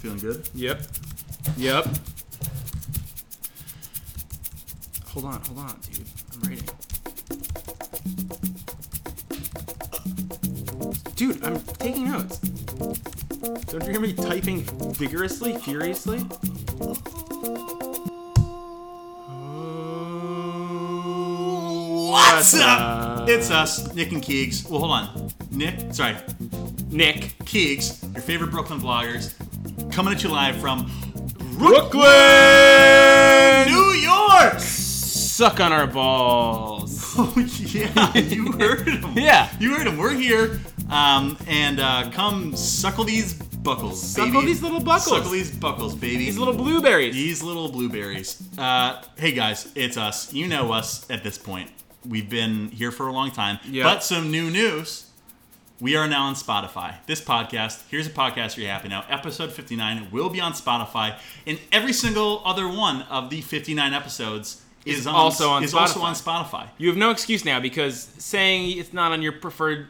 Feeling good? Yep. Yep. Hold on, hold on, dude. I'm reading. Dude, I'm taking notes. Don't you hear me typing vigorously, furiously? What's, What's up? up? It's us, Nick and Keegs. Well, hold on. Nick, sorry, Nick. Keegs, your favorite Brooklyn bloggers, coming at you live from Brooklyn! New York. Suck on our balls. Oh yeah, you heard him. Yeah. you heard him. We're here, um, and uh, come suckle these buckles, Suckle baby. these little buckles. Suckle these buckles, baby. These little blueberries. These little blueberries. Uh, hey guys, it's us. You know us at this point. We've been here for a long time. Yeah. But some new news. We are now on Spotify. This podcast, here's a podcast you're happy now. Episode 59 will be on Spotify, and every single other one of the 59 episodes is, on, also on is also Spotify. on Spotify. You have no excuse now because saying it's not on your preferred,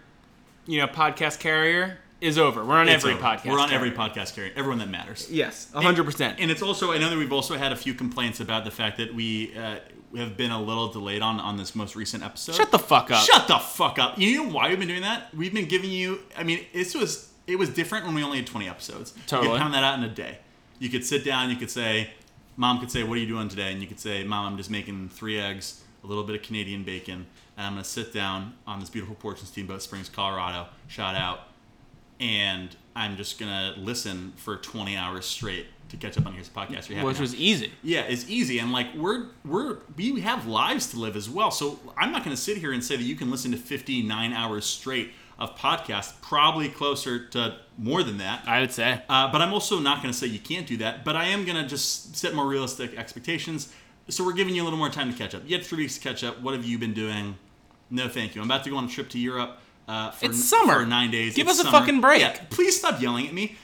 you know, podcast carrier is over. We're on It's every over. podcast. We're on every carrier. podcast carrier. Everyone that matters. Yes, hundred percent. And it's also I know that we've also had a few complaints about the fact that we uh, have been a little delayed on on this most recent episode. Shut the fuck up. Shut the fuck up. You know why we've been doing that? We've been giving you. I mean, this was it was different when we only had 20 episodes. You Totally. could pound that out in a day. You could sit down. You could say, "Mom," could say, "What are you doing today?" And you could say, "Mom, I'm just making three eggs, a little bit of Canadian bacon, and I'm gonna sit down on this beautiful porch in Steamboat Springs, Colorado. Shout out." And I'm just gonna listen for 20 hours straight to catch up on here's a podcast. You're happy Which now. was easy. Yeah, it's easy, and like we're we're we have lives to live as well. So I'm not going to sit here and say that you can listen to 59 hours straight of podcasts. Probably closer to more than that. I would say. Uh, but I'm also not going to say you can't do that. But I am going to just set more realistic expectations. So we're giving you a little more time to catch up. You had three weeks to catch up. What have you been doing? No, thank you. I'm about to go on a trip to Europe. Uh, for It's summer. For nine days. Give It's us a summer. fucking break. Yeah, please stop yelling at me.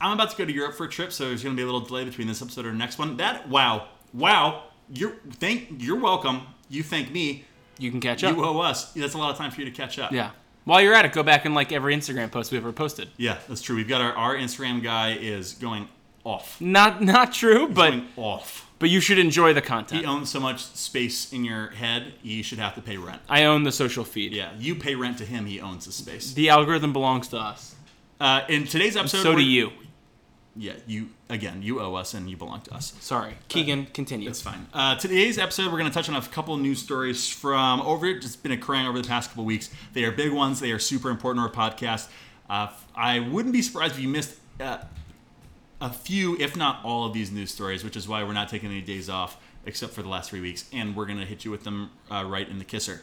I'm about to go to Europe for a trip, so there's going to be a little delay between this episode or next one. That wow, wow. You're thank. You're welcome. You thank me. You can catch up. You owe us. That's a lot of time for you to catch up. yeah. While you're at it, go back and like every Instagram post we ever posted. Yeah, that's true. We've got our our Instagram guy is going off. Not not true, but going off. but you should enjoy the content. He um, owns so much space in your head, you should have to pay rent. I own the social feed. Yeah, you pay rent to him, he owns the space. The algorithm belongs to us. Uh, in today's episode, so do we're- you. Yeah, you again, you owe us and you belong to us. Sorry, Keegan. Continue. It's fine. Uh, today's episode, we're going to touch on a couple news stories from over it's been occurring over the past couple weeks. They are big ones. They are super important to our podcast. Uh, I wouldn't be surprised if you missed uh, a few, if not all, of these news stories, which is why we're not taking any days off except for the last three weeks, and we're going to hit you with them uh, right in the kisser.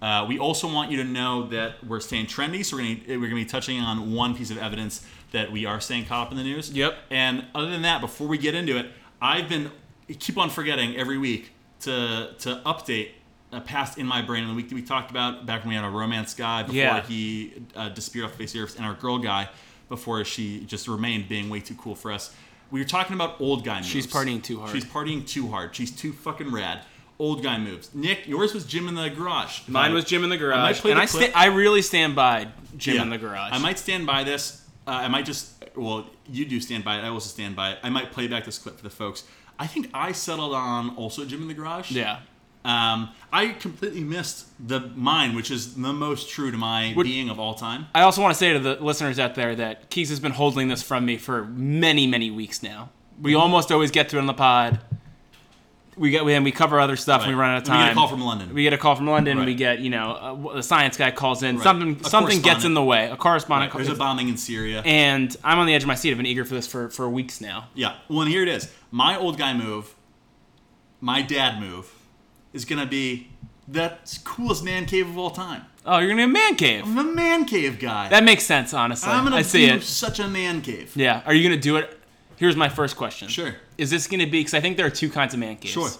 Uh, we also want you to know that we're staying trendy, so we're going to we're going to be touching on one piece of evidence that we are staying caught up in the news. Yep. And other than that, before we get into it, I've been I keep on forgetting every week to to update a past in my brain the week that we talked about back when we had our romance guy before Yeah. he uh, disappeared off the face of the earth, and our girl guy before she just remained being way too cool for us. We were talking about old guy moves. She's partying too hard. She's partying too hard. She's too fucking rad. Old guy moves. Nick, yours was Jim in the garage. Mine was Jim in the might garage, play and the I clip. sta- I really stand by Jim Yeah. in the garage. I might stand by this. Uh, I might just. Well, you do stand by it. I also stand by it. I might play back this clip for the folks. I think I settled on also Jim in the garage. Yeah. Um, I completely missed the mine, which is the most true to my Would- being of all time. I also want to say to the listeners out there that Keeks has been holding this from me for many, many weeks now. We Mm-hmm. almost always get to it on the pod. We get and we cover other stuff. and We Right. run out of And time. we get a call from London. We get a call from London. Right. We get you know a, a science guy calls in. Something A something gets in correspondent. the way. A correspondent There's a calls bombing in Syria. and I'm on the edge of my seat. I've been eager for this for, for weeks now. Yeah. Well, and here it is. My old guy move, my dad move, is gonna be the coolest man cave of all time. Oh, you're gonna be a man cave. I'm a man cave guy. That makes sense, honestly. I'm gonna I see do it. such a man cave. Yeah. Are you gonna do it? Here's my first question. Sure. Is this gonna be? Because I think there are two kinds of man caves. Sure.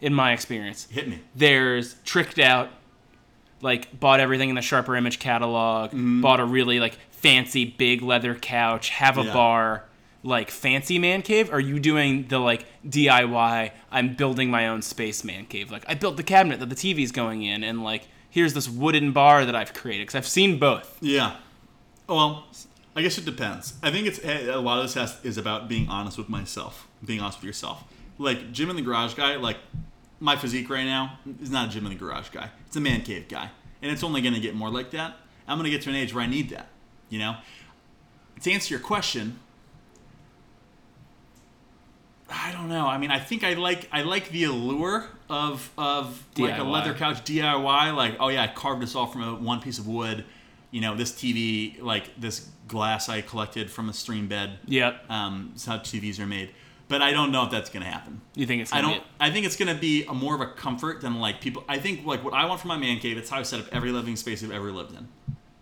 In my experience. Hit me. there's tricked out like bought everything in the sharper image catalog bought a really like fancy big leather couch have a Yeah. bar like fancy man cave are you doing the like diy i'm building my own space man cave like i built the cabinet that the tv's going in and like here's this wooden bar that i've created because i've seen both Yeah. Well, I guess it depends. I think it's eh, a lot of this has, is about being honest with myself, being honest with yourself. Like Jim in the Garage guy, like my physique right now is not a Jim in the Garage guy. It's a man cave guy, and it's only going to get more like that. I'm going to get to an age where I need that. You know. To answer your question, I don't know. I mean, I think I like I like the allure of of like a DIY. leather couch DIY. Like, oh yeah, I carved this all from a, one piece of wood. You know, this TV, like this glass I collected from a stream bed. Yep. Um, it's how TVs are made. But I don't know if that's gonna happen. You think it's? I Gonna don't. I think it's gonna be a more of a comfort than like people. I think like what I want for my man cave. It's how I set up every living space I've ever lived in,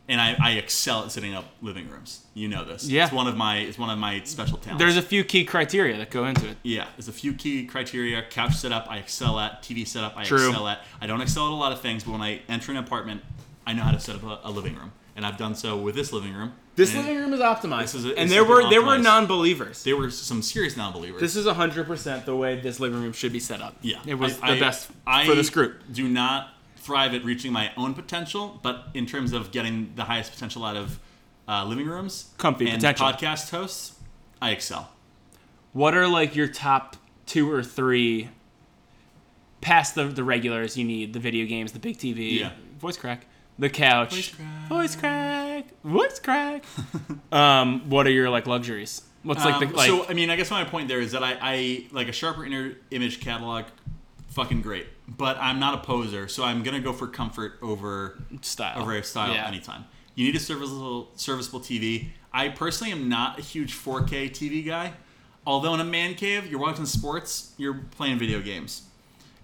and I, I excel at setting up living rooms. You know this. Yeah. It's one of my. It's one of my special talents. There's a few key criteria that go into it. Yeah, there's a few key criteria. Couch setup, I excel at. TV setup, I True. excel at. I don't excel at a lot of things, but when I enter an apartment, I know how to set up a, a living room, and I've done so with this living room. This And living room is optimized, This is a- this and there is an were there were optimized- non-believers. There were some serious non-believers. This is 100% the way this living room should be set up. yeah, It was I- the I- best I for this group. Do not thrive at reaching my own potential, but in terms of getting the highest potential out of uh, living rooms, Comfy and potential. podcast hosts, I excel. What are like your top two or three past the, the regulars you need? The video games, the big TV, Yeah. voice crack, the couch, Voice crack. voice crack, voice crack. um, what are your like luxuries? What's like Um, the like? so I mean, I guess my point there is that I, I like a sharper inner image catalog, fucking great. But I'm not a poser, so I'm gonna go for comfort over style. over style Yeah. anytime. You need a serviceable serviceable TV. I personally am not a huge 4K TV guy. Although in a man cave, you're watching sports, you're playing video games.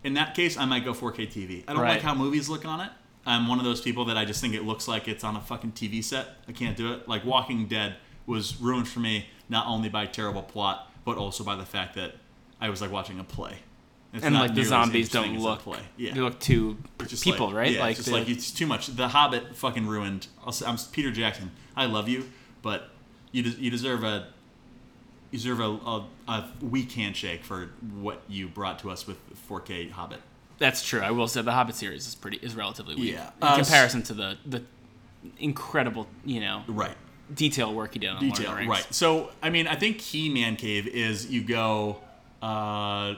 In that case, I might go 4K TV. I don't Right. like how movies look on it. I'm one of those people that I just think it looks like it's on a fucking TV set. I can't do it. Like Walking Dead was ruined for me not only by terrible plot, but also by the fact that I was like watching a play. It's and not like the nearly as zombies interesting don't as a look. play. They look too just people, like- right? Yeah, like it's just they- like it's too much. The Hobbit fucking ruined. I'll say, I'm Peter Jackson. I love you, but you des- you deserve a you deserve a, a, a weak handshake for what you brought to us with 4K Hobbit. that's true. I will say the Hobbit series is pretty is relatively weak Yeah. in Uh, s- comparison to the the incredible you know Right. detail work he did on Lord of Detail. the Rings. Right. So I mean, I think key man cave is you go. Uh,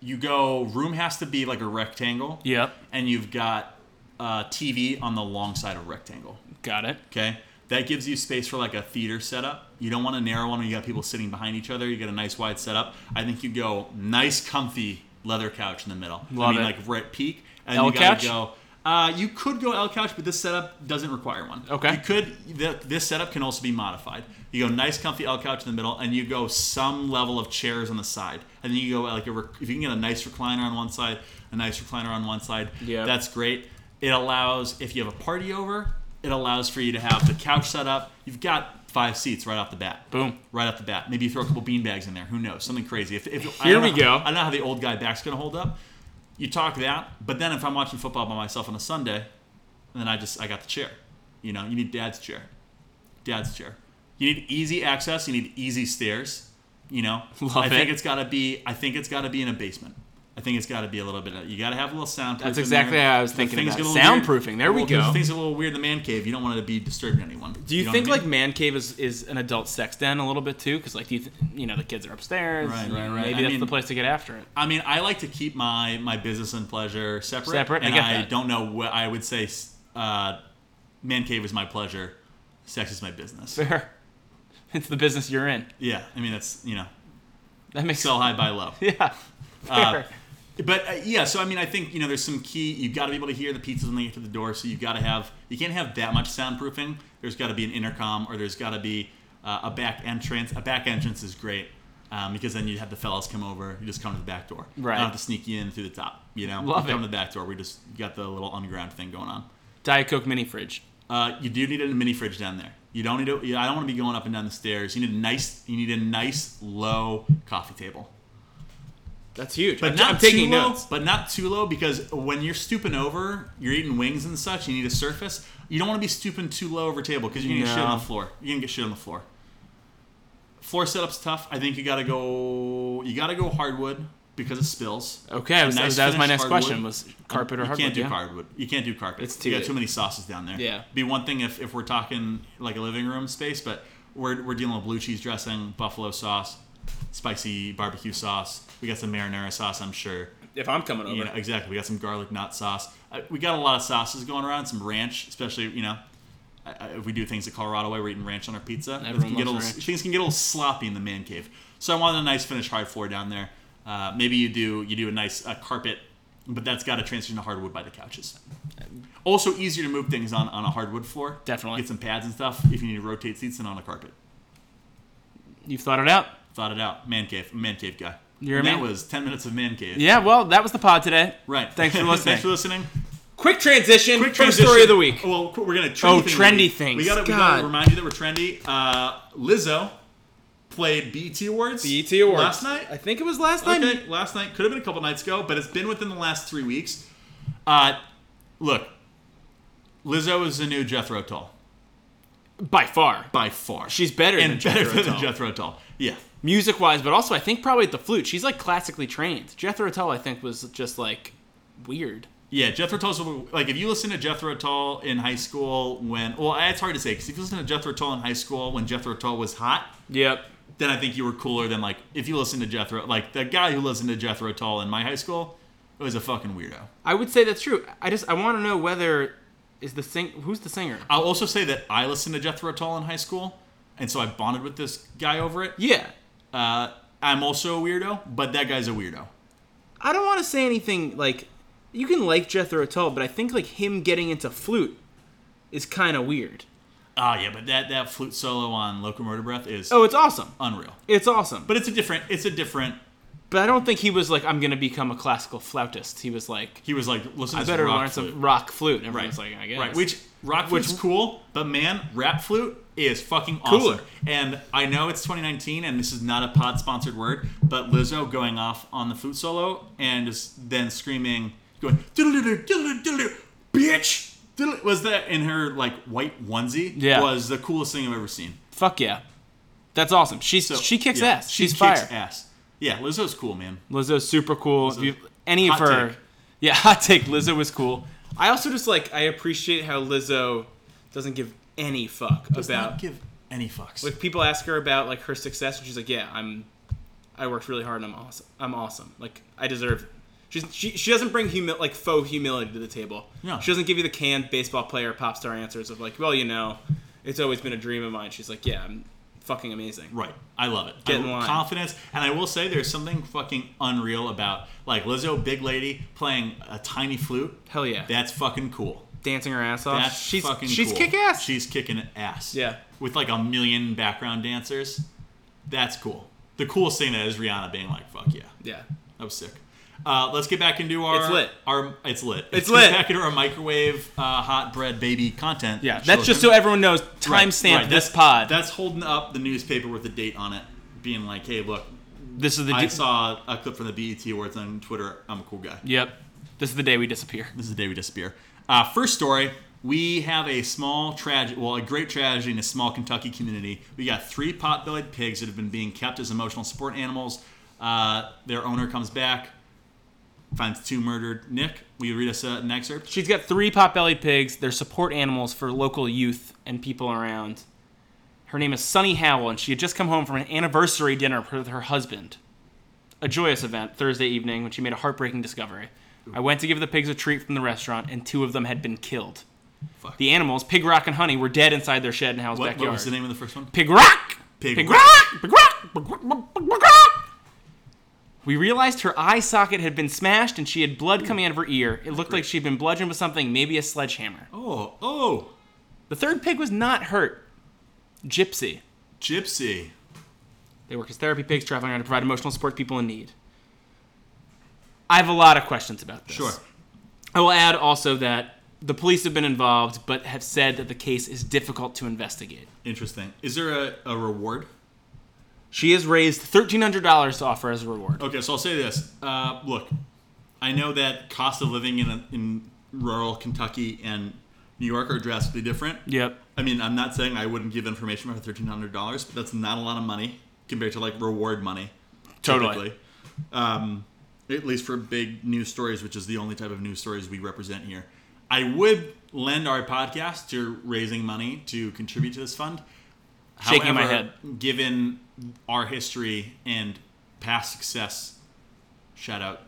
you go. Room has to be like a rectangle. Yep. And you've got uh, TV on the long side of rectangle. Got it. Okay. That gives you space for like a theater setup. You don't want a narrow one where you got people sitting behind each other. You get a nice wide setup. I think you go nice, comfy leather couch in the middle. I Love mean, it. like right peak. And L you gotta couch? go. Uh, you could go L couch, but this setup doesn't require one. Okay. You could. Th- this setup can also be modified. You go nice, comfy L couch in the middle, and you go some level of chairs on the side, and then you go like a rec- if you can get a nice recliner on one side, a nice recliner on one side. Yep. That's that's great. It allows if you have a party over, it allows for you to have the couch set up. You've got five seats right off the bat. Boom. Right off the bat. Maybe you throw a couple bean bags in there. Who knows? Something crazy. If, if I Here don't we know- go. I don't know how the old guy back's gonna hold up. You talk that, but then if I'm watching football by myself on a Sunday, then I just I got the chair. You know, you need dad's chair. Dad's chair. You need easy access. You need easy stairs. You know, Love I think it. it's got to be. I think it's got to be in a basement. I think it's got to be a little bit. Of, you got to have a little soundproof. That's in exactly there. how I was If thinking things about get a it. little Soundproofing, there we well, if go. Things get a little weird in the man cave. You don't want it to be disturbing anyone. Do you, know think what I like mean? man cave is, is an adult sex den a little bit too? Because like do you th- you know the kids are upstairs. Right, you know, right, right. Maybe I that's mean- the place to get after it. I mean, I like to keep my my business and pleasure separate. Separate, I And get I, that. don't know what I would say. Uh, man cave is my pleasure. Sex is my business. Fair. It's the business you're in. yeah, I mean that's you know That makes sell high, buy low. yeah. Uh, Fair. but uh, yeah, so I mean, I think you know, there's some key. You've got to be able to hear the pizzas when they get to the door. So you've got to have. You can't have that much soundproofing. There's got to be an intercom, or there's got to be uh, a back entrance. A back entrance is great um, because then you have the fellas come over. You just come to the back door. You Right. don't have to sneak you in through the top. You know, Love you come it. to the back door. We just got the little underground thing going on. Diet Coke mini fridge. Uh, you do need a mini fridge down there. You don't need to. you- I don't want to be going up and down the stairs. You need a nice. You need a nice low coffee table. That's huge. But I'm, not I'm taking too low, notes. But not too low because when you're stooping over, you're eating wings and such. You need a surface. You don't want to be stooping too low over table because you're gonna get shit on No. the floor. You're gonna get shit on the floor. Floor setup's tough. I think you gotta go. You gotta go hardwood. because it spills. Okay, I was, nice that was my finished next hardwood. question: was carpet or you hardwood? can't do yeah. hardwood. You can't do carpet. It's you too- got too many sauces down there. Yeah. Be one thing if, if we're talking like a living room space, but we're, we're dealing with blue cheese dressing, buffalo sauce, spicy barbecue sauce. We got some marinara sauce, I'm sure. If I'm coming over, You know, exactly. We got some garlic knot sauce. Uh, we got a lot of sauces going around. Some ranch, especially you know, I, I, if we do things the Colorado way, we're eating ranch on our pizza. Things Everyone can, get a loves little, ranch. things can get a little sloppy in the man cave. So I wanted a nice finished hard floor down there. Uh, maybe you do you do a nice uh, carpet, but that's got to transition to hardwood by the couches. Also easier to move things on on a hardwood floor. Definitely. get some pads and stuff if you need to rotate seats than on a carpet. you've thought it out. Thought it out. Man cave. Man cave guy. You're a And man- That was ten minutes of man cave. Yeah, well, that was the pod today. Right. Thanks for Thanks listening. for listening. Quick transition. Quick from transition. story of the week. Well, qu- we're gonna trendy thing Oh, of the trendy week. things. We gotta, we God. gotta remind you that we're trendy. Uh, Lizzo played BET Awards. BET E Awards last night. I think it was last night. Okay, last night could have been a couple nights ago, but it's been within the last three weeks. Uh, look, Lizzo is the new Jethro Tull By far, by far. She's better and than better Jethro than Tull. Jethro Tull. Yeah, music wise, but also I think probably at the flute. She's like classically trained. Jethro Tull, I think, was just like weird. yeah. Jethro Tull's like if you listen to Jethro Tull in high school when well, it's hard to say because if you listen to Jethro Tull in high school when Jethro Tull was hot, Yep. then I think you were cooler than like if you listened to Jethro, like the guy who listened to Jethro Tull in my high school was a fucking weirdo. I would say that's true. I just I want to know whether is the sing who's the singer? I'll also say that I listened to Jethro Tull in high school, and so I bonded with this guy over it. Yeah. Uh, I'm also a weirdo, but that guy's a weirdo. I don't want to say anything like you can like Jethro Tull, but I think like him getting into flute is kind of weird. Ah, yeah, but that that flute solo on Locomotive Breath is Oh, it's awesome. unreal. It's awesome. But But it's a different. It's a different. but I don't think he was like I'm going to become a classical flautist. He was like He was like, listen, to I this better rock learn flute. some rock flute. And Right. everyone's like I guess. Right. Which rock Which- flute's cool, but man, rap flute is fucking Cooler. awesome. And I know it's 2019, and this is not a pod sponsored word, but Lizzo going off on the flute solo and just then screaming, going "Diddle-diddle, diddle-diddle, bitch. diddle-" Was that in her like white onesie? Yeah. Was the coolest thing I've ever seen. fuck yeah. That's awesome. She's So, she kicks yeah, ass. She She's kicks fire. ass. Yeah, Lizzo's cool, man. Lizzo's super cool. If you, any hot of her, take. yeah, hot take. Lizzo was cool. I also just like I appreciate how Lizzo doesn't give any fuck Does about not give any fucks. like people ask her about like her success and she's like, yeah, I'm, I worked really hard and I'm awesome. I'm awesome. Like I deserve. It. She's, she she doesn't bring humi- like faux humility to the table. No. She doesn't give you the canned baseball player pop star answers of like, well, you know, it's always been a dream of mine. She's like, yeah, I'm fucking amazing. Right. I love it. Get I- in line. Confidence. And I will say there's something fucking unreal about like Lizzo, big lady, playing a tiny flute. Hell yeah, That's fucking cool. dancing her ass off. That's she's fucking she's cool. kick ass. She's kicking ass. Yeah. With like a million background dancers. That's cool. The coolest thing that is Rihanna being like, fuck yeah. yeah. That was sick. Uh, let's get back into our It's lit. Our it's lit. It's Let's lit. Get back into our microwave uh, hot bread baby content. Yeah, that's just so children. everyone knows. Right, Timestamp right. this That's- pod. That's holding up the newspaper with a date on it, being like, hey, look, this is the. I Di- saw a clip from the BET Awards on Twitter. I'm a cool guy. yep, this is the day we disappear. This is the day we disappear. Uh, first story. We have a small tragedy, well, a great tragedy in a small Kentucky community. We got three pot-bellied pigs that have been being kept as emotional support animals. Uh, their owner comes back, finds two murdered. Nick, will you read us uh, an excerpt? She's got three pot-bellied pigs. They're support animals for local youth and people around. Her name is Sunny Howell, and she had just come home from an anniversary dinner with her husband. A joyous event Thursday evening when she made a heartbreaking discovery. I went to give the pigs a treat from the restaurant, and two of them had been killed. Fuck. The animals, Pig Rock and Honey, were dead inside their shed in Howell's What, backyard. what was the name of the first one? Pig Rock! Pig Pig Rock. Rock! Pig Rock! Pig Rock! Pig Rock! We realized her eye socket had been smashed and she had blood coming out of her ear. It looked like she'd been bludgeoned with something, maybe a sledgehammer. Oh, oh, The third pig was not hurt. Gypsy. Gypsy. They work as therapy pigs traveling around to provide emotional support to people in need. I have a lot of questions about this. Sure. I will add also that the police have been involved but have said that the case is difficult to investigate. Interesting. Is there a, a reward? She has raised $1,300 to offer as a reward. Okay, so I'll say this. Uh, look, I know that cost of living in, in rural Kentucky and New York are drastically different. Yep. I mean, I'm not saying I wouldn't give information about thirteen hundred dollars, but that's not a lot of money compared to like reward money. Totally. typically. Um, at least for big news stories, which is the only type of news stories we represent here. I would lend our podcast to raising money to contribute to this fund. Shaking my However, Given our history and past success, shout out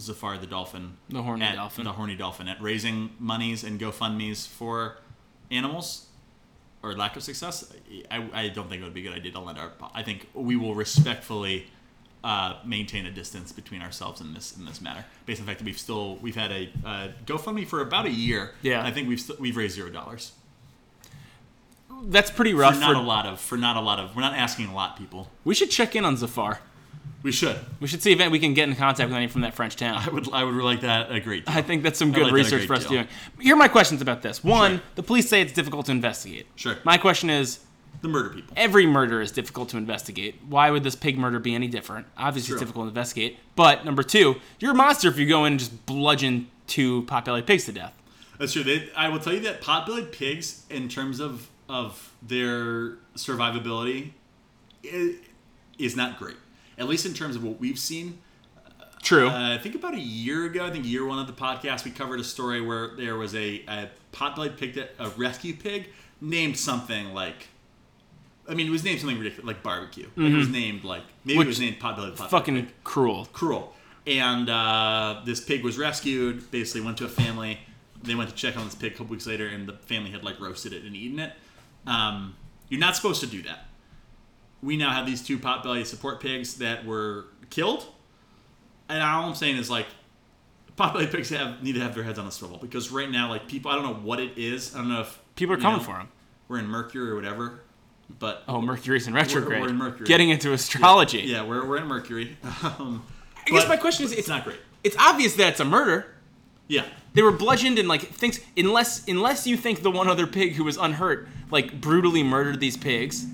Zafar the Dolphin. The horny at- dolphin. The horny dolphin at raising monies and GoFundMe's for animals or lack of success. I, I don't think it would be a good idea to lend our. po- I think we will respectfully uh, maintain a distance between ourselves in this in this matter, based on the fact that we've still we've had a uh, GoFundMe for about a year. Yeah. and I think we've st- we've raised zero dollars That's pretty for rough. not for- a lot of for not a lot of. We're not asking a lot, people. we should check in on Zafar. We should. We should see if we can get in contact with anyone from that French town. I would I would like that a great. I think that's some like good that a research great for us deal. doing. Here are my questions about this. One, Sure. the police say it's difficult to investigate. Sure. My question is The murder people. every murder is difficult to investigate. Why would this pig murder be any different? Obviously, True. it's difficult to investigate. But number two, you're a monster if you go in and just bludgeon two potbelly pigs to death. That's true. They, I will tell you that potbellied pigs, in terms of of their survivability, i- is not great. At least in terms of what we've seen. True. Uh, I think about a year ago, I think year one of the podcast, we covered a story where there was a, a potbellied pig, that, a rescue pig, named something like. I mean, it was named something ridiculous, like barbecue. Like, it was named like maybe Mm-hmm. Which- it was named potbellied. potbellied Fucking pig cruel. cruel. And uh, this pig was rescued. Basically, went to a family. They went to check on this pig a couple weeks later, and the family had like roasted it and eaten it. Um, you're not supposed to do that. We now have these two potbelly support pigs that were killed. And all I'm saying is like, potbelly pigs have need to have their heads on a swivel because right now, like people, I don't know what it is. I don't know if People are you coming know, for him. We're in Mercury or whatever, but Oh, Mercury's in retrograde. we're in Mercury. Getting into astrology. yeah, we're, we're in Mercury. um, I guess but my question is it's it's, not great. it's obvious that it's a murder. Yeah. They were bludgeoned and like thinks unless unless you think the one other pig who was unhurt like brutally murdered these pigs,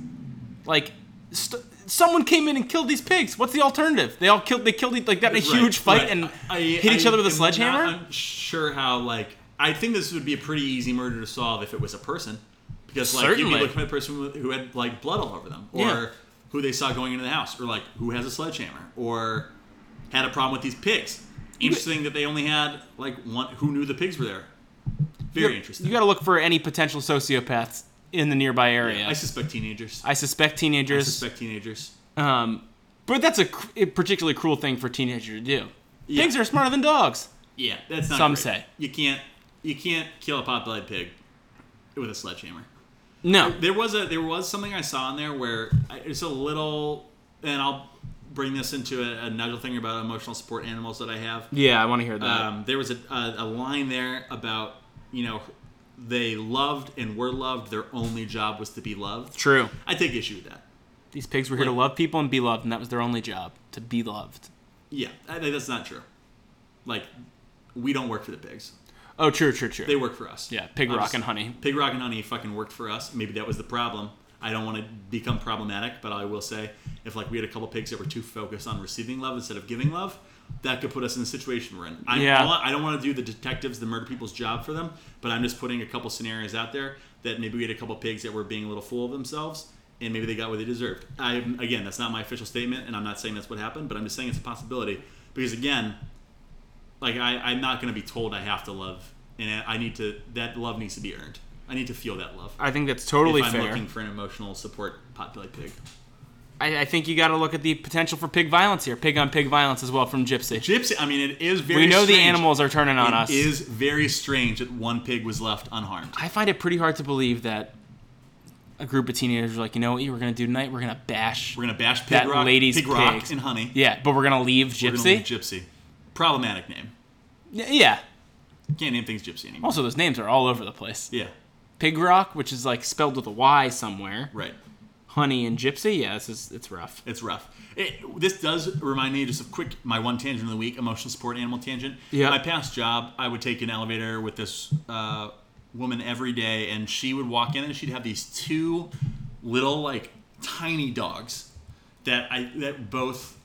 like st- someone came in and killed these pigs. What's the alternative? They all killed. They killed each- like that in a Right, huge fight right. and I- hit each I other with a am sledgehammer. Not, I'm sure how like I think this would be a pretty easy murder to solve if it was a person, because like you'd Certainly. be looking at a person with- who had like blood all over them, or Yeah. who they saw going into the house, or like who has a sledgehammer, or had a problem with these pigs. Interesting that they only had like one. Who knew the pigs were there? Very interesting. You got to look for any potential sociopaths in the nearby area. I suspect teenagers. I I suspect teenagers. suspect teenagers. um, but that's a, cr- a particularly cruel thing for teenagers to do. Yeah. Pigs are smarter than dogs. Yeah, that's not. Some great. say. you can't. You can't kill a pot-bellied pig with a sledgehammer. No, There was a there was something I saw in there where I, it's a little, and I'll bring this into a, another thing about emotional support animals that I have. yeah, I want to hear that. Um, there was a, a, a line there about you know they loved and were loved. Their only job was to be loved. True. I take issue with that. These pigs were here to Like- love people and be loved, and that was their only job to be loved. Yeah, I, think that's not true. Like we don't work for the pigs. Oh, true, true, true. They work for us. yeah, pig I'm rock just- and honey. Pig Rock and Honey fucking worked for us. Maybe that was the problem. I don't want to become problematic, but I will say if like we had a couple pigs that were too focused on receiving love instead of giving love, that could put us in the situation we're in. I'm, Yeah. all- I don't want to do the detectives, the murder people's job for them, but I'm just putting a couple scenarios out there that maybe we had a couple pigs that were being a little full of themselves and maybe they got what they deserved. I again, that's not my official statement, and I'm not saying that's what happened, but I'm just saying it's a possibility because again, like I, I'm not going to be told I have to love, and I need to. That love needs to be earned. I need to feel that love. I think that's totally if I'm fair. looking for an emotional support potbelly pig, I, I think you got to look at the potential for pig violence here, pig on pig violence as well from Gypsy. gypsy. I mean, it is very. We know the strange. animals are turning on us. It is very strange that one pig was left unharmed. I find it pretty hard to believe that a group of teenagers are like, you know what, you- we're gonna do tonight? We're gonna bash. We're gonna bash pig That rock, lady's pig rock, pigs. and honey. yeah, but we're gonna leave We're gonna Gypsy. leave gypsy. Problematic name. Y- yeah. Can't name things gypsy anymore. Also, those names are all over the place. Yeah, Pig rock, which is like spelled with a Y somewhere. right. Honey and Gypsy. Yeah, this is it's rough. It's rough. It, this does remind me just of quick my one tangent of the week emotional support animal tangent. Yeah. My past job, I would take an elevator with this uh, woman every day, and she would walk in and she'd have these two little like tiny dogs that I that both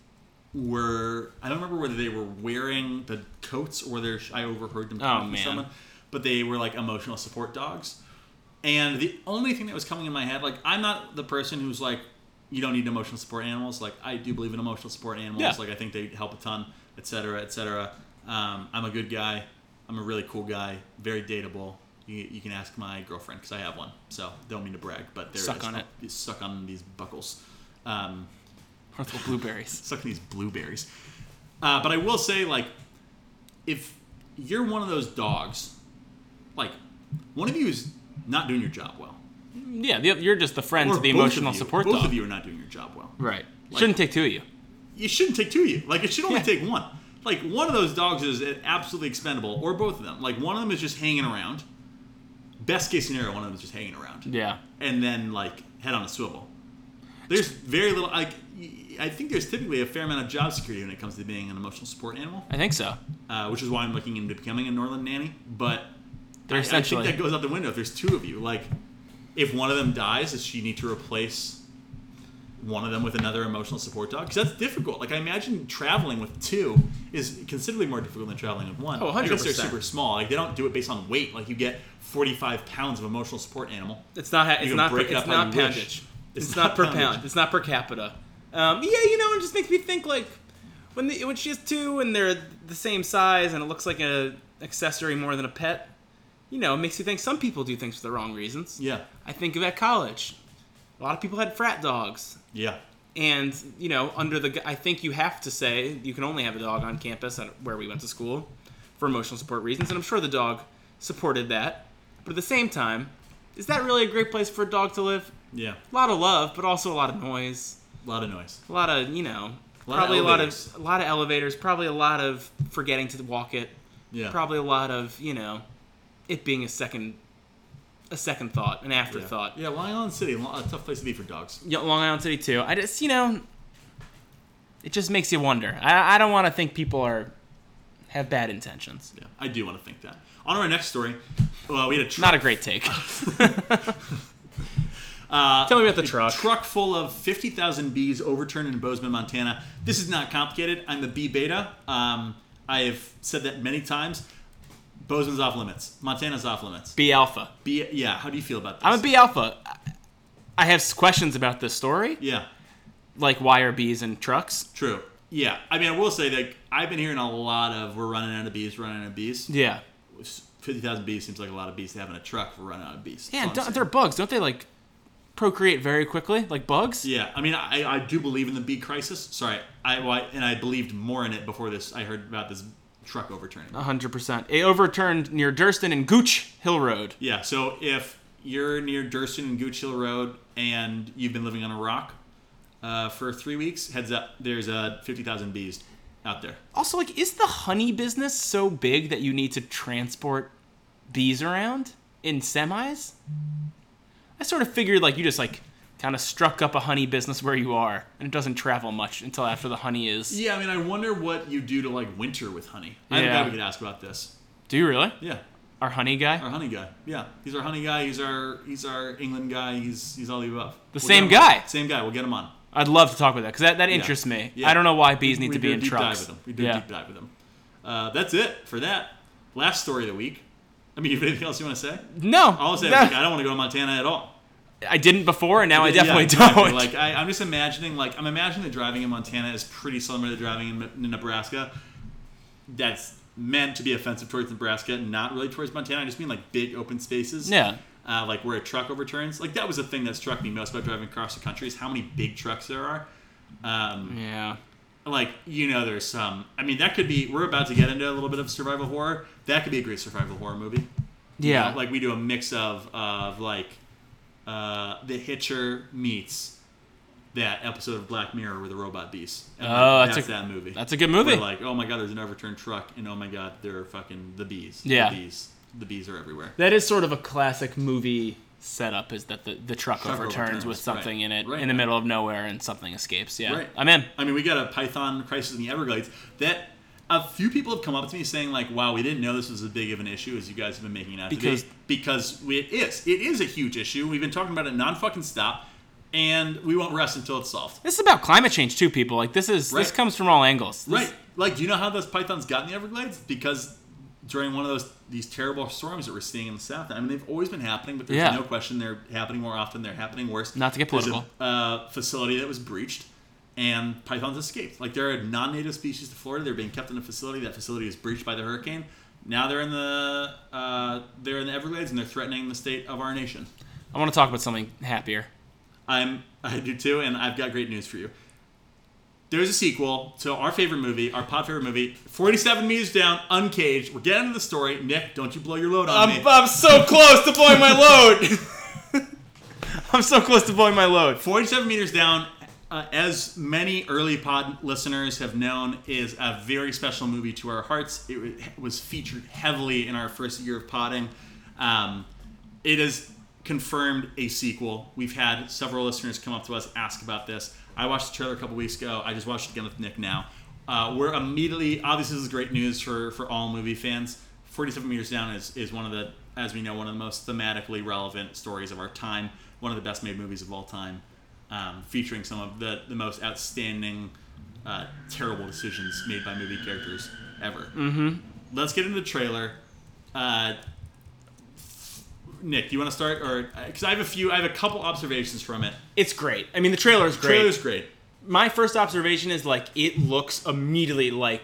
were I don't remember whether they were wearing the coats or whether I overheard them talking to Oh, man. someone, but they were like emotional support dogs. And the only thing that was coming in my head, like I'm not the person who's like, you don't need emotional support animals. Like I do believe in emotional support animals. Yeah. Like I think they help a ton. etc., etc. Um, I'm a good guy. I'm a really cool guy. Very dateable. You, you can ask my girlfriend because I have one. So don't mean to brag, but there Suck is- on it. you Suck on these buckles. Um, Or the blueberries. sucking these blueberries. Uh, but I will say, like, if you're one of those dogs, like, one of you is not doing your job well. Yeah, the, you're just the friend Or to the both of emotional you- support Both dog. of you are not doing your job well. Right. Like- Shouldn't take two of you. You shouldn't take two of you. Like, it should only Yeah. take one. Like, one of those dogs is absolutely expendable, or both of them. Like, one of them is just hanging around. Best case scenario, one of them is just hanging around. Yeah. and then like head on a swivel. There's very little. Like y- I think there's typically a fair amount of job security when it comes to being an emotional support animal, I think so. uh, which is why I'm looking into becoming a Norland nanny. But They're I, I think essentially. that goes out the window if there's two of you. Like if one of them dies, does she need to replace one of them with another emotional support dog? Because that's difficult. Like I imagine traveling with two is considerably more difficult than traveling with one. Oh, I guess they're 100%. super small. Like they don't do it based on weight. Like you get 45 pounds of emotional support animal. It's not. It's can not. Per, break it it's up how not you wish. poundage. It's It's, not, not per poundage. pound. It's not per capita. Um, yeah, you know, it just makes me think like when the, when she has two and they're the same size and it looks like a accessory more than a pet. You know, it makes you think some people do things for the wrong reasons. Yeah. I think of at college, a lot of people had frat dogs, Yeah. and you know, under the gu- I think you have to say you can only have a dog on campus at where we went to school for emotional support reasons, and I'm sure the dog supported that. But at the same time, is that really a great place for a dog to live? Yeah. a lot of love, but also a lot of noise, A lot of noise. a lot of you A lot know, of probably a lot elevators. of a lot of elevators, probably a lot of forgetting to walk it, Yeah. probably a lot of you know, it being a second, a second thought, an Yeah. afterthought. Yeah, Long Island City, lo- a tough place to be for dogs. Yeah, Long Island City too. I just you know, it just makes you wonder. I I don't want to think people are have bad intentions. Yeah, I do want to think that. On to our next story. Well, we had a truck. Not a great take. uh, Tell me about the truck. truck full of 50,000 bees overturned in Bozeman, Montana. This is not complicated. I'm a bee beta. Um, I have said that many times. Bozeman's off limits. Montana's off limits. B alpha. Bee, yeah, how do you feel about this? I'm a B alpha. I- I have s- questions about this story, Yeah, like why are bees in trucks? true. Yeah, I mean, I will say that I've been hearing a lot of we're running out of bees, running out of bees. Yeah. 50,000 bees seems like a lot of bees to have in a truck for running out of bees. That's all Yeah, I'm don't, saying. they're bugs, don't they? Like procreate very quickly, like bugs. Yeah, I mean, I, I do believe in the bee crisis. Sorry, I, well, I and I believed more in it before this. I heard about this truck overturning. hundred percent. It overturned near Durston and Gooch Hill Road. Yeah, so if you're near Durston and Gooch Hill Road and you've been living on a rock uh, for three weeks, heads up, there's uh, fifty thousand bees out there. Also, like, is the honey business so big that you need to transport bees around in semis? I sort of figured like you just like kind of struck up a honey business where you are, and it doesn't travel much until after the honey is. Yeah, I mean, I wonder what you do to like winter with honey. I'm Yeah. glad we could ask about this. Do you really? Yeah, Our honey guy, our honey guy. Yeah, he's our honey guy. He's our he's our England guy. He's he's all the above. We'll the get same him on. guy. Same guy. We'll get him on. I'd love to talk about that because that, that interests me. Yeah. I don't know why bees need we to be do a in deep Dive trucks. with them. We do yeah. a deep dive with them. Uh, that's it for that. Last story of the week. I mean, you have anything else you want to say? No, All I'll say, no. like, I don't want to go to Montana at all. I didn't before, and now I Yeah, definitely exactly. don't. Like, I, I'm just imagining, like, I'm imagining the driving in Montana is pretty similar to driving in, in Nebraska. That's meant to be offensive towards Nebraska, not really towards Montana. I just mean like big open spaces. yeah, uh, like where a truck overturns. Like that was the thing that struck me most about driving across the country is how many big trucks there are. Um, yeah. like you know there's some i mean that could be we're about to get into a little bit of survival horror that could be a great survival horror movie You Yeah. know, like we do a mix of of like uh the hitcher meets that episode of black mirror with the robot beast And, like, Oh, that's a- that movie That's a good movie. We're like oh my god there's an overturned truck and oh my god there are fucking the bees Yeah. the bees the bees are everywhere that is sort of a classic movie setup is that the, the truck, overturns, overturns, with something right, in it right. in the middle of nowhere and something escapes. Yeah. Right. I'm in. I mean, we got a Python crisis in the Everglades. That a few people have come up to me saying like, "Wow, we didn't know this was as big of an issue as you guys have been making it out Because- to be." Because we, it is, it is a huge issue. We've been talking about it non fucking stop, and we won't rest until it's solved. This is about climate change too, people. Like this is this Right. comes from all angles. This- Right? Like, do you know how those pythons got in the Everglades? Because during one of those these terrible storms that we're seeing in the south, I mean, they've always been happening, but there's Yeah. no question they're happening more often. They're happening worse. Not to get There's a, political. uh, facility that was breached. and pythons escaped. Like they're a non-native species to Florida. They're being kept in a facility. That facility is breached by the hurricane. Now they're in the uh, they're in the Everglades and they're threatening the state of our nation. I want to talk about something happier. I'm I do too, and I've got great news for you. There's a sequel to our favorite movie, our pop favorite movie, 47 Meters Down, Uncaged. We're getting into the story. Nick, don't you blow your load on me. I'm, I'm so close to blowing my load. I'm so close to blowing my load. 47 Meters Down, uh, as many early pod listeners have known, is a very special movie to our hearts. It wa- was featured heavily in our first year of potting. Um, it is confirmed a sequel. We've had several listeners come up to us ask about this. I watched the trailer a couple weeks ago. I just watched it again with Nick now. Uh, we're immediately obviously this is great news for for all movie fans. Forty Seven Meters Down is is one of the as we know one of the most thematically relevant stories of our time. One of the best made movies of all time, um, featuring some of the the most outstanding, uh, terrible decisions made by movie characters ever. Mm-hmm. Let's get into the trailer. Uh, Nick, you want to start, or because I have a few, I have a couple observations from it. It's great. I mean, the trailer is great. Trailer's great. my first observation is like it looks immediately like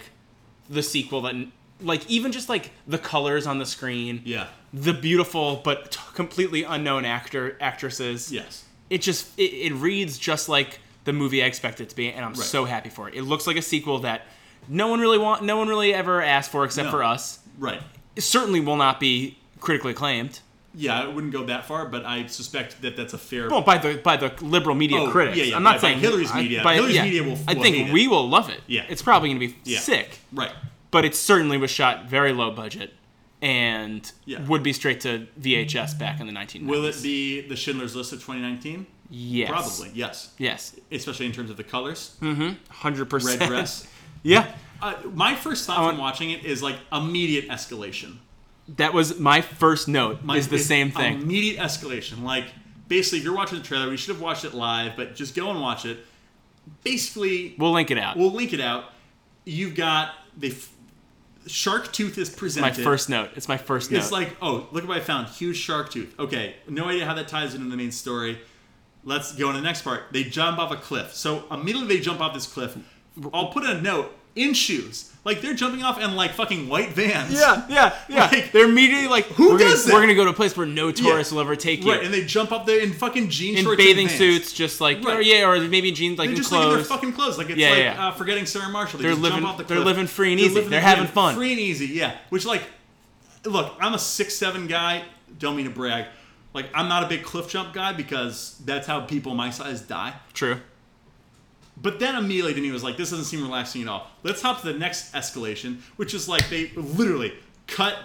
the sequel that like even just like the colors on the screen Yeah. the beautiful but t- completely unknown actor actresses Yes. it just it, it reads just like the movie i expect it to be and i'm Right. so happy for it it looks like a sequel that no one really want no one really ever asked for except No. for us Right. it certainly will not be critically acclaimed Yeah, I wouldn't go that far, but I suspect that that's a fair. well Oh, by the by the liberal media Oh, critics yeah, yeah, i'm by- not by saying Hillary's I- media. by- Hillary's yeah. media will- i will hate think it. we will love it Yeah. it's probably going to be Yeah. sick Right. but it certainly was shot very low budget and Yeah. would be straight to VHS back in the 1990s. Will it be the Schindler's List of 2019? Yes. Probably. Yes. Yes. Especially in terms of the colors, 100%. red dress. Yeah. Uh, my first thought want- from watching it is like immediate escalation. That was my first note My- is the it's same thing. Immediate escalation. Like basically, if you're watching the trailer, we should have watched it live, but just go and watch it. Basically, we'll link it out. We'll link it out. You've got the f- shark tooth is my presented. first note. It's my first note. It's like, oh, look at what I found. Huge shark tooth. Okay, no idea how that ties into the main story. Let's go on to the next part. They jump off a cliff. So immediately they jump off this cliff. I'll put a note in shoes. Like they're jumping off in like fucking white vans. yeah, yeah, yeah. Like- They're immediately like, Who we're does that? gonna, We're going to go to a place where no tourists will ever take you. Right, and they jump up there in fucking jean in shorts bathing and vans. suits, just like, Right. or yeah, or maybe jeans, like They're in just like in their clothes. fucking clothes. Like it's Yeah, like yeah. Uh, forgetting Sarah Marshall. They They're just living- jump off the they're cliff. living free and easy. living They're free having and- fun. Free and easy, yeah. Which like, look, I'm a six seven guy. Don't mean to brag. Like I'm not a big cliff jump guy because that's how people my size die. True. But then immediately to me was like, this doesn't seem relaxing at all. Let's hop to the next escalation, which is like they literally cut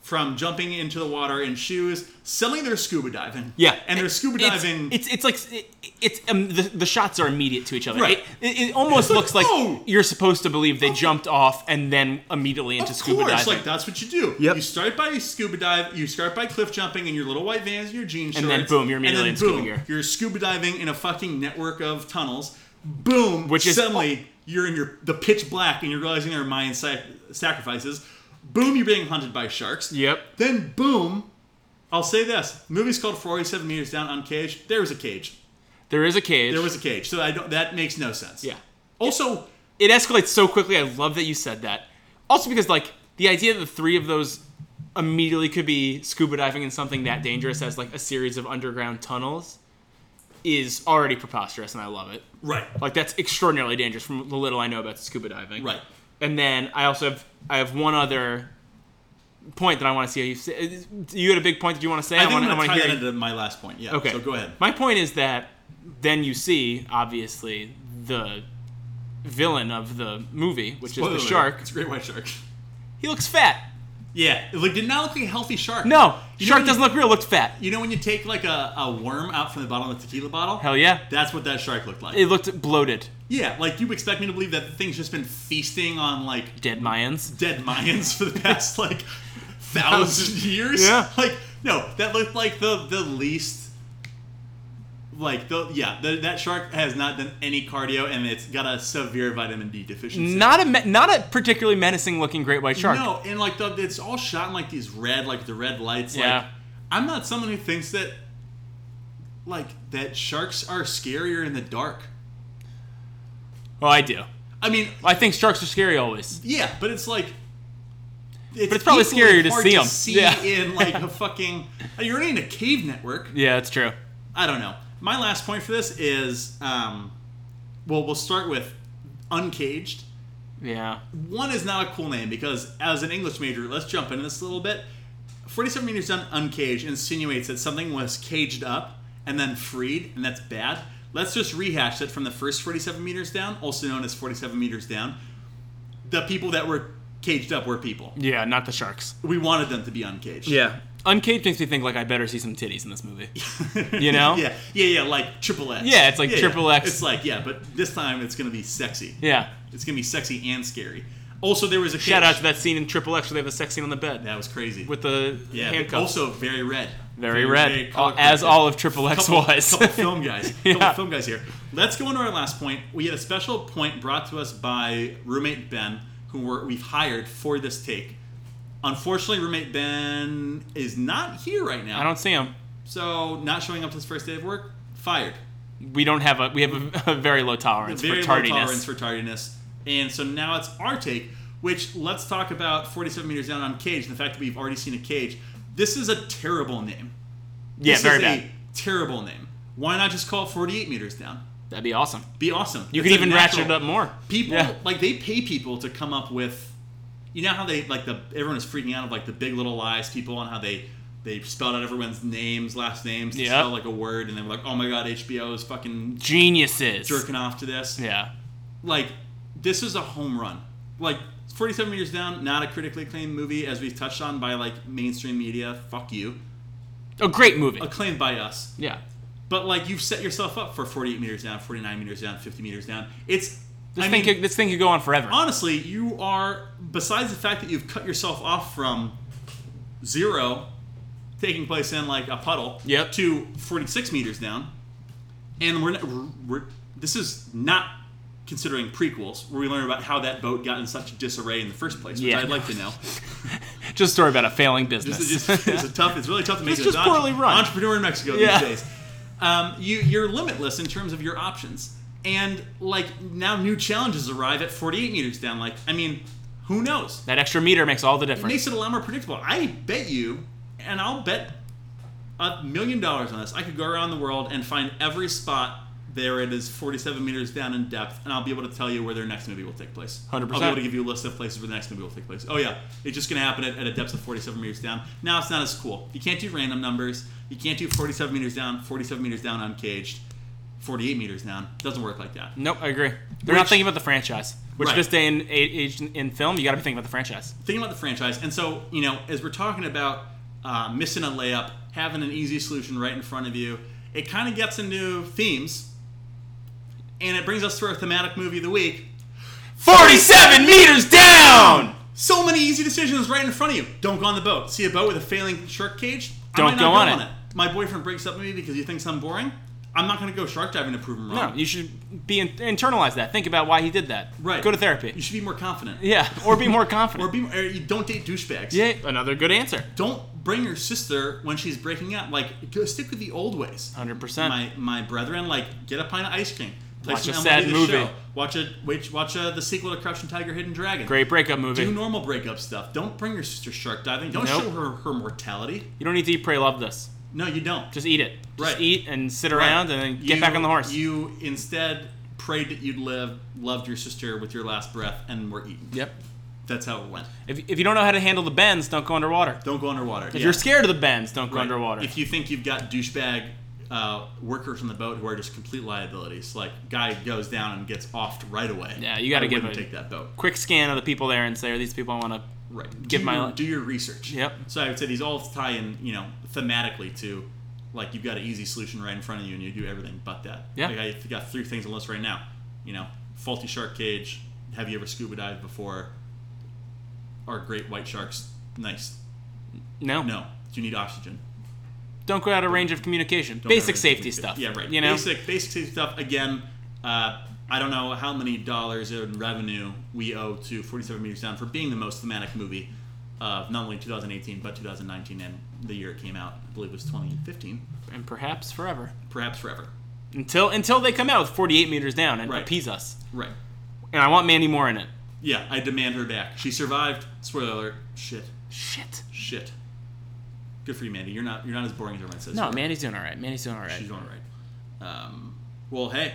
from jumping into the water in shoes. Suddenly they're scuba diving. Yeah, and they're scuba It's- diving. It's it's, like it, it's um, the, the shots are immediate to each other. Right. It, it, it It's almost like, looks like oh! you're supposed to believe they jumped off and then immediately into Of scuba course, diving. like that's what you do. Yep. You start by scuba dive. You start by cliff jumping in your little white vans and your jean shorts. And then boom, you're and then immediately in scuba boom, gear. You're scuba diving in a fucking network of tunnels. Boom. Which is- suddenly you're in your the pitch black and you're realizing there are Mayan sac- sacrifices. Boom, you're being hunted by sharks. Yep. Then boom, I'll say this: the movie's called 47 Meters Down on Cage. There was a cage. there is a cage. There was a cage. So I don't. That makes no sense. yeah. Also, It escalates so quickly. I love that you said that. Also because like the idea that the three of those immediately could be scuba diving in something that dangerous as like a series of underground tunnels is already preposterous, and I love it. right. Like that's extraordinarily dangerous from the little I know about scuba diving. Right. And then I also have I have one other point that I want to see how you say. You had a big point that you want to say. I think want I'm gonna want tie to that you- into my last point. Yeah. Okay. So go ahead. My point is that then you see obviously the villain of the movie, which Spoiler is the alert, shark. It's a great white shark. He looks fat. Yeah, it look- did not look like a healthy shark. No, You know shark when doesn't you, look real. Looked fat. You know when you take like a, a worm out from the bottom of a tequila bottle? Hell yeah. That's what that shark looked like. It looked bloated. yeah, like you expect me to believe that the thing's just been feasting on like Dead Mayans. dead Mayans for the past like thousand years. Yeah. Like no, that looked like the the least. Like the yeah, the, that shark has not done any cardio and it's got a severe vitamin D deficiency. Not a me- not a particularly menacing looking great white shark. No, and like the, it's all shot in like these red, like the red lights. Like Yeah. I'm not someone who thinks that like that sharks are scarier in the dark. Oh, I do. I mean, I think sharks are scary always. yeah, but it's like. It's it's probably equally scarier to hard see 'em. see Yeah. in like a fucking. You're in a cave network. Yeah, it's true. I don't know. My last point for this is, um, well, we'll start with uncaged. Yeah. One is not a cool name because, as an English major, let's jump into this a little bit. Forty-seven meters down, uncaged insinuates that something was caged up and then freed, and that's bad. Let's just rehash it from the first forty-seven meters down, also known as forty-seven meters down. The people that were caged up were people. Yeah, not the sharks. We wanted them to be uncaged. Yeah. Uncaged makes me think like I better see some titties in this movie. You know? yeah, yeah, yeah, like triple X. Yeah, it's like Triple X. It's like yeah, but this time it's gonna be sexy. Yeah. It's gonna be sexy and scary. Also, there was a Shout cage. out to that scene in Triple X where they have the sex scene on the bed That was crazy. with the yeah, but handcuffs. also very red. very red, Oh, color as corrected. all of Triple X couple, was. couple film guys. Couple Yeah. film guys here. Let's go into our last point. We had a special point brought to us by roommate Ben, who we're, we've hired for this take. Unfortunately, roommate Ben is not here right now. I don't see him. so not showing up to his first day of work. Fired. We don't have a we have a, a very low tolerance very for low tardiness. tolerance for tardiness. And so now it's our take, which let's talk about 47 meters down on Cage and the fact that we've already seen a Cage. This is a terrible name. yeah, this very is bad. a terrible name. Why not just call it 48 meters down? That'd be awesome. Be awesome. You It's could a even ratchet it natural- up more. People Yeah. like they pay people to come up with. You know how they like the everyone is freaking out of like the Big Little Lies people and how they they spelled out everyone's names, last names, to Yeah. spell like a word, and they were like, "Oh my god, HBO is fucking Geniuses. jerking off to this." Yeah. like this is a home run. Like 47 meters down, not a critically acclaimed movie as we've touched on by like mainstream media. Fuck you. A great movie. Acclaimed by us. Yeah. But like you've set yourself up for 48 meters down, 49 meters down, 50 meters down. It's This I thing mean, could, this thing could go on forever. honestly, you are besides the fact that you've cut yourself off from zero taking place in like a puddle Yep. to 46 meters down. And we're, not, we're, we're this is not considering prequels where we learn about how that boat got in such disarray in the first place, which Yeah, I'd no. like to know. just a story about a failing business. This is just it's a tough. It's really tough to make It's it just as an entre- poorly run. entrepreneur in Mexico Yeah. these days. Um, you you're limitless in terms of your options, and like now new challenges arrive at 48 meters down. Like I mean, who knows? that extra meter makes all the It difference. makes it a lot more predictable. I bet you, and I'll bet a million dollars on this. I could go around the world and find every spot there it is 47 meters down in depth, and I'll be able to tell you where their next movie will take place. 100%. I'll be able to give you a list of places where the next movie will take place. Oh yeah, it's just gonna happen at, at a depth of 47 meters down. Now it's not as cool. You can't do random numbers. You can't do 47 meters down, 47 meters down uncaged, 48 meters down. Doesn't work like that. Nope, I agree. They're not Which- thinking about the franchise. Which Right. this day and a- age in, in film, you got to be thinking about the franchise. thinking about the franchise, and so you know, as we're talking about uh, missing a layup, having an easy solution right in front of you, it kind of gets into themes, and it brings us to our thematic movie of the week. Forty-seven meters down. So many easy decisions right in front of you. Don't go on the boat. See a boat with a failing shark cage? I Don't might not go on it. My boyfriend breaks up with me because he thinks I'm boring. I'm not going to go shark diving to prove him No, wrong. you should be in, internalize that. Think about why he did that. Right. Go to therapy. You should be more confident. yeah, or be more Or confident. be or you don't date douchebags. yeah, another good answer. Don't bring your sister when she's breaking up. Like, go stick with the old ways. Hundred percent. my my brethren, like get a pint of ice cream, play Watch some a MLB sad The movie. Show, watch a watch, watch a, the sequel to Crouching Tiger, Hidden Dragon. Great breakup movie. Do normal breakup stuff. Don't bring your sister shark diving. Don't Nope. show her her mortality. you don't need to eat, pray, love this. No, you don't. Just eat it. Just Right. eat and sit around and then get You- back on the horse. You instead prayed that you'd live, loved your sister with your last breath, and were eaten. yep. That's how it went. If, if you don't know how to handle the bends, don't go underwater. Don't go underwater. If you're scared of the bends, don't go underwater. If you think you've got douchebag uh, workers on the boat who are just complete liabilities, like guy goes down and gets offed right away. Yeah, you gotta I give wouldn't a- take that boat. Quick scan of the people there and say, are these people I want to? Right. Give do my- your, do your research. Yep. So I would say these all tie in, you know, thematically to, like you've got an easy solution right in front of you, and you do everything but that. Yeah. Like I got three things on the list right now. You know, faulty shark cage. Have you ever scuba dived before? Are great white sharks nice? No. No. Do you need oxygen? Don't go out of range of communication. Don't Basic ever safety think- stuff. Yeah, right. You know. basic basic safety stuff. Again, uh, I don't know how many dollars in revenue we owe to 47 Meters Down for being the most thematic movie of not only 2018 but 2019 and the year it came out. I believe it was 2015, And perhaps forever. perhaps forever. Until until they come out with 48 meters down and Right. appease us. Right. and I want Mandy Moore in it. Yeah, I demand her back. She survived. Spoiler alert. Shit. Shit. Shit. Good for you, Mandy. You're not you're not as boring as everyone says. No, you are. Mandy's doing all right. Mandy's doing all right. She's doing all right. Um, well, hey,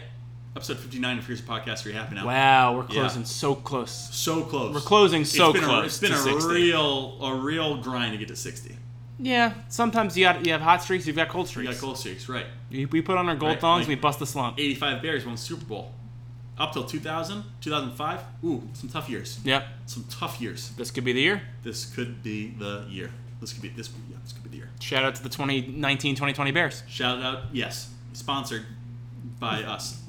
episode 59 of Here's a Podcast. We're happy now. Wow, we're Yeah. closing so close. So close. We're closing It's so been a- close. it's been to a 60. real a real grind to get to 60. Yeah, sometimes you got you have hot streaks, you've got cold We streaks. got gold streaks, right? We we put on our gold Right, thongs, like- and we bust the slump. 85 Bears won Super Bowl. Up till 2000, 2005. Ooh, some tough years. Yep, Some tough years. this could be the year. This could be the year. This could be this. Yeah, this could be the year. Shout out to the 2019-2020 Bears. Shout out, yes, sponsored by us.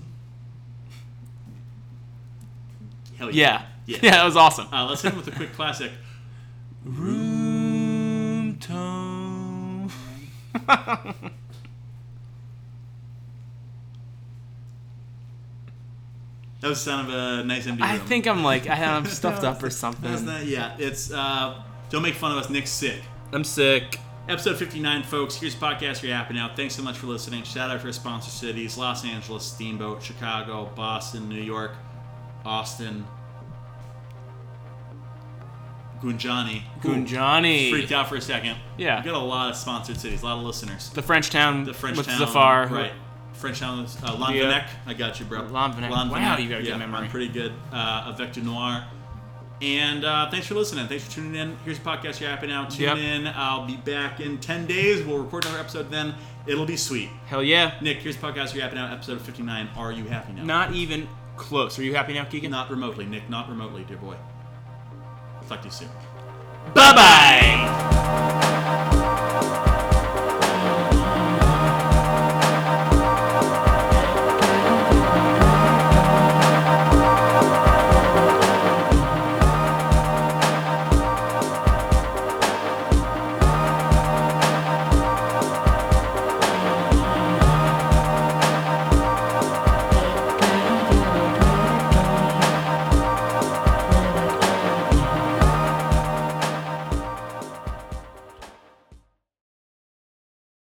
Hell Yeah, Yeah. that was awesome. Uh, let's hit him with a quick classic. Room tone. That was the sound of a nice empty room. I think I'm like I- I'm stuffed up or That's something. not- yeah, it's uh, don't make fun of us. Nick's sick. I'm sick. Episode 59, folks. Here's podcast rehapping now. Thanks so much for listening. Shout out to our sponsor cities Los Angeles, Steamboat, Chicago, Boston, New York, Austin, Gunjani. Gunjani. Freaked out for a second. Yeah. We got a lot of sponsored cities, a lot of listeners. The French town. The French with town. Zafar. who- Right. French town. Uh, Lanvenec. Yeah. I got you, bro. Lanvenec. Wow, you got a good yeah, memory. I'm pretty good. Uh, Avec du Noir. And uh, thanks for listening. Thanks for tuning in. Here's a podcast you're happy now. Tune Yep. in. I'll be back in 10 days. We'll record another episode then. It'll be sweet. Hell yeah. Nick, here's a podcast you're happy now, episode 59. Are you happy now? Not even close. Are you happy now, Keegan? Not remotely, Nick. Not remotely, dear boy. Talk to you soon. Bye bye.